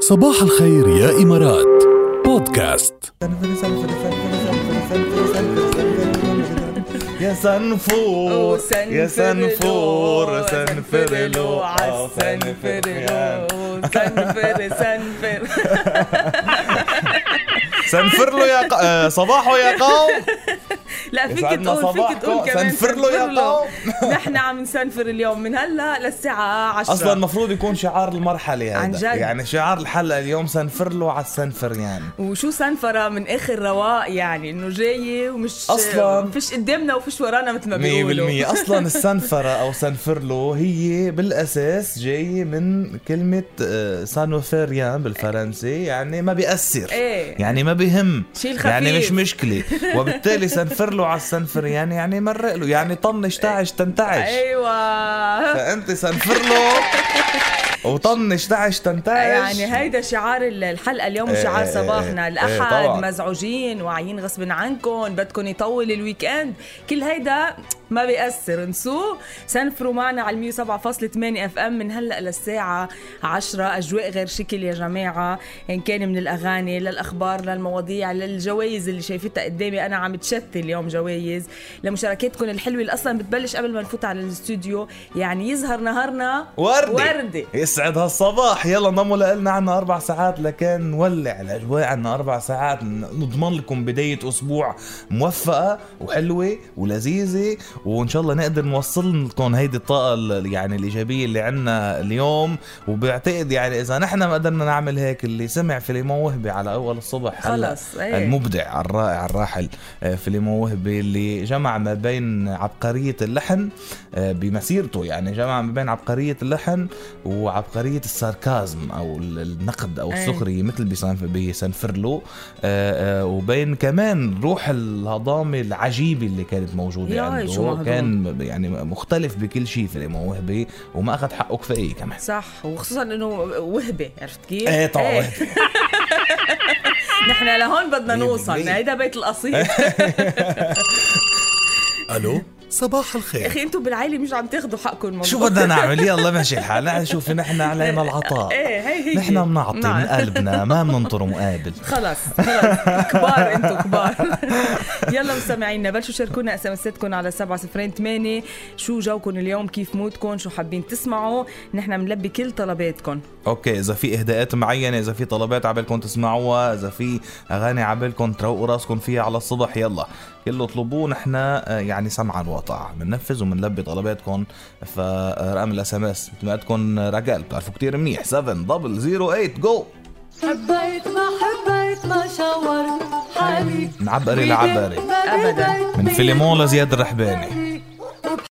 صباح الخير يا إمارات بودكاست يا صنفور يا صنفور سنفرلو سنفرلو على سنفرلو سنفرلو سنفر سنفر سنفرلو يا ق... آه، صباحو يا قوم لا فيك يسعدنا تقول فيك صباحكم. تقول كمان سنفرلو يا سنفرلو. قوم. نحن عم نسنفر اليوم من هلا للساعة 10 اصلا المفروض يكون شعار المرحله هذا عن جد. يعني شعار الحلقه اليوم سنفرلو على السنفريان وشو سنفرة من اخر رواق يعني انه جاية ومش أصلاً. فيش قدامنا وفيش ورانا مثل ما 100% بيقولوا اصلا السنفره او سنفرلو هي بالاساس جايه من كلمه آه، سانوفيريان بالفرنسي يعني ما بيأثر إيه. يعني ما بيهم شيل خفيف. يعني مش مشكله وبالتالي سنفرلو على السنفريان يعني مرق له يعني طنش تعش تنتعش إيه. ايوه فانت سنفرلو وطنش تعش تنتعش يعني هيدا شعار ال- الحلقه اليوم إيه وشعار إيه صباحنا إيه إيه الاحد طبعاً. مزعوجين واعيين غصب عنكم بدكم يطول الويك اند كل هيدا ما بيأثر انسوه سنفروا معنا على 107.8 اف ام من هلا للساعه 10 اجواء غير شكل يا جماعه ان كان من الاغاني للاخبار للمواضيع للجوائز اللي شايفتها قدامي انا عم تشتي اليوم جوائز لمشاركاتكم الحلوه اللي اصلا بتبلش قبل ما نفوت على الاستوديو يعني يزهر نهارنا وردي وردي يسعد هالصباح يلا نمو لنا عنا اربع ساعات لكان نولع الاجواء عنا اربع ساعات نضمن لكم بدايه اسبوع موفقه وحلوه ولذيذه وان شاء الله نقدر نوصل لكم هيدي الطاقه ال- يعني الايجابيه اللي عنا اليوم وبعتقد يعني اذا نحن ما قدرنا نعمل هيك اللي سمع فيليمون وهبي على اول الصبح هلا خلص، إيه. المبدع الرائع الراحل آه، فيليمون وهبي اللي جمع ما بين عبقريه اللحن آه، بمسيرته يعني جمع ما بين عبقرية اللحن وعبقرية الساركازم أو ال- النقد أو إيه. السخرية مثل بسان- بسانفرلو آه، آه، وبين كمان روح الهضامة العجيبة اللي كانت موجودة ياي، شو عنده مهضوم. كان يعني مختلف بكل شيء فيليمون وهبي وما أخذ حقه كفاية كمان صح وخصوصا انه وهبه عرفت كيف؟ ايه طبعا إيه. نحن لهون بدنا مية نوصل بالمية. إيه. هيدا بيت القصيد ألو صباح الخير اخي انتم بالعائله مش عم تاخذوا حقكم الموضوع شو بدنا نعمل يلا ماشي الحال نحن شوفي نحن علينا العطاء ايه هي هي نحن بنعطي نعم. من قلبنا ما بننطر مقابل خلص خلص كبار انتم كبار يلا مستمعينا بلشوا شاركونا اس ام اساتكم على 708 شو جوكم اليوم كيف مودكم شو حابين تسمعوا نحن بنلبي كل طلباتكم اوكي اذا في اهداءات معينه اذا في طلبات عبالكم تسمعوها اذا في اغاني عبالكم تروقوا راسكم فيها على الصبح يلا كله اطلبوه نحن آه، يعني سمعا وطاعة بننفذ وبنلبي طلباتكم فرقم الاس ام اس مثل ما عندكم رجال بتعرفوا كتير منيح 7 دبل 08 جو حبيت ما حبيت ما شاورت حالي من عبقري لعبقري ما أبداً. بديت من فيليمون لزياد الرحباني